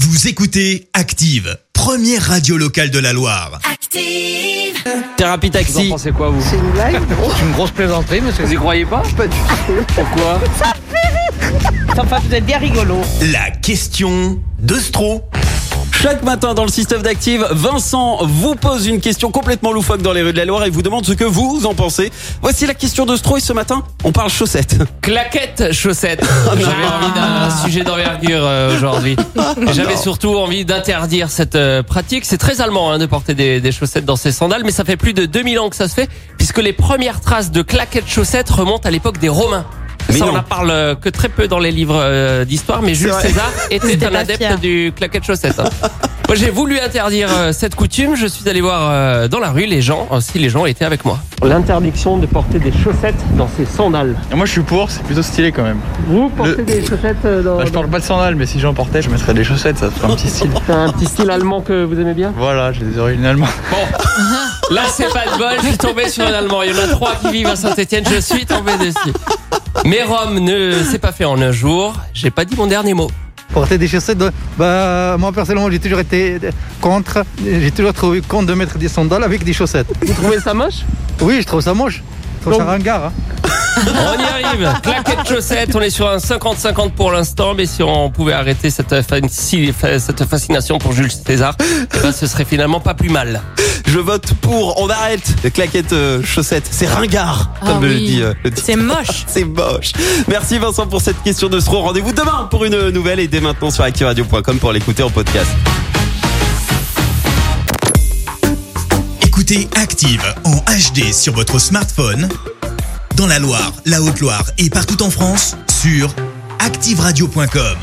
Vous écoutez Active, première radio locale de la Loire. Active. Thérapie Vous en taxi. pensez quoi, vous C'est une blague drôle C'est une grosse plaisanterie, monsieur Vous y croyez pas Pas du tout. Pourquoi Enfin, vous êtes bien rigolo. La question de Stro. Chaque matin dans le système d'Active, Vincent vous pose une question complètement loufoque dans les rues de la Loire et vous demande ce que vous en pensez. Voici la question de Stroy ce matin. On parle chaussettes. Claquettes, chaussettes. J'avais envie d'un sujet d'envergure euh, aujourd'hui. Et J'avais surtout envie d'interdire cette euh, pratique. C'est très allemand hein, de porter des, des chaussettes dans ses sandales, mais ça fait plus de 2000 ans que ça se fait, puisque les premières traces de claquettes chaussettes remontent à l'époque des Romains. Mais ça, non. on en parle euh, que très peu dans les livres euh, d'histoire, mais Jules vrai. César était C'était un pas adepte fier. du claquette chaussette. hein. Moi, j'ai voulu interdire euh, cette coutume. Je suis allé voir euh, dans la rue les gens, euh, si les gens étaient avec moi. L'interdiction de porter des chaussettes dans ses sandales. Moi je suis pour, c'est plutôt stylé quand même. Vous portez Le- des chaussettes euh, dans, Bah, je porte pas de sandales, mais si j'en portais, je mettrais des chaussettes, ça ferait un petit style. dans un petit style allemand que vous aimez bien Voilà, j'ai des origines allemandes. Bon, là c'est pas de bol, je suis tombé sur un Allemand. Il y en a trois qui vivent à Saint-Etienne, je suis tombé dessus. Mais Rome ne s'est pas fait en un jour, j'ai pas dit mon dernier mot. porter des chaussettes. de- Bah, moi personnellement, j'ai toujours été euh, contre. J'ai toujours trouvé contre de mettre des sandales avec des chaussettes. Vous trouvez ça moche Oui, je trouve ça moche. Je trouve ça Donc- ringard. hein. On y arrive, claquette chaussette, on est sur un 50-50 pour l'instant, mais si on pouvait arrêter cette, fancy- cette fascination pour Jules César, eh ben, ce serait finalement pas plus mal. Je vote pour. On arrête les claquettes euh, chaussettes. C'est ringard, Ah comme le oui. dit euh, le titre. C'est moche. C'est moche. Merci Vincent pour cette question de Stro. Rendez-vous demain pour une nouvelle et dès maintenant sur activeradio.com pour l'écouter en podcast. Écoutez Active en HD sur votre smartphone, dans la Loire, la Haute-Loire et partout en France, sur activeradio.com.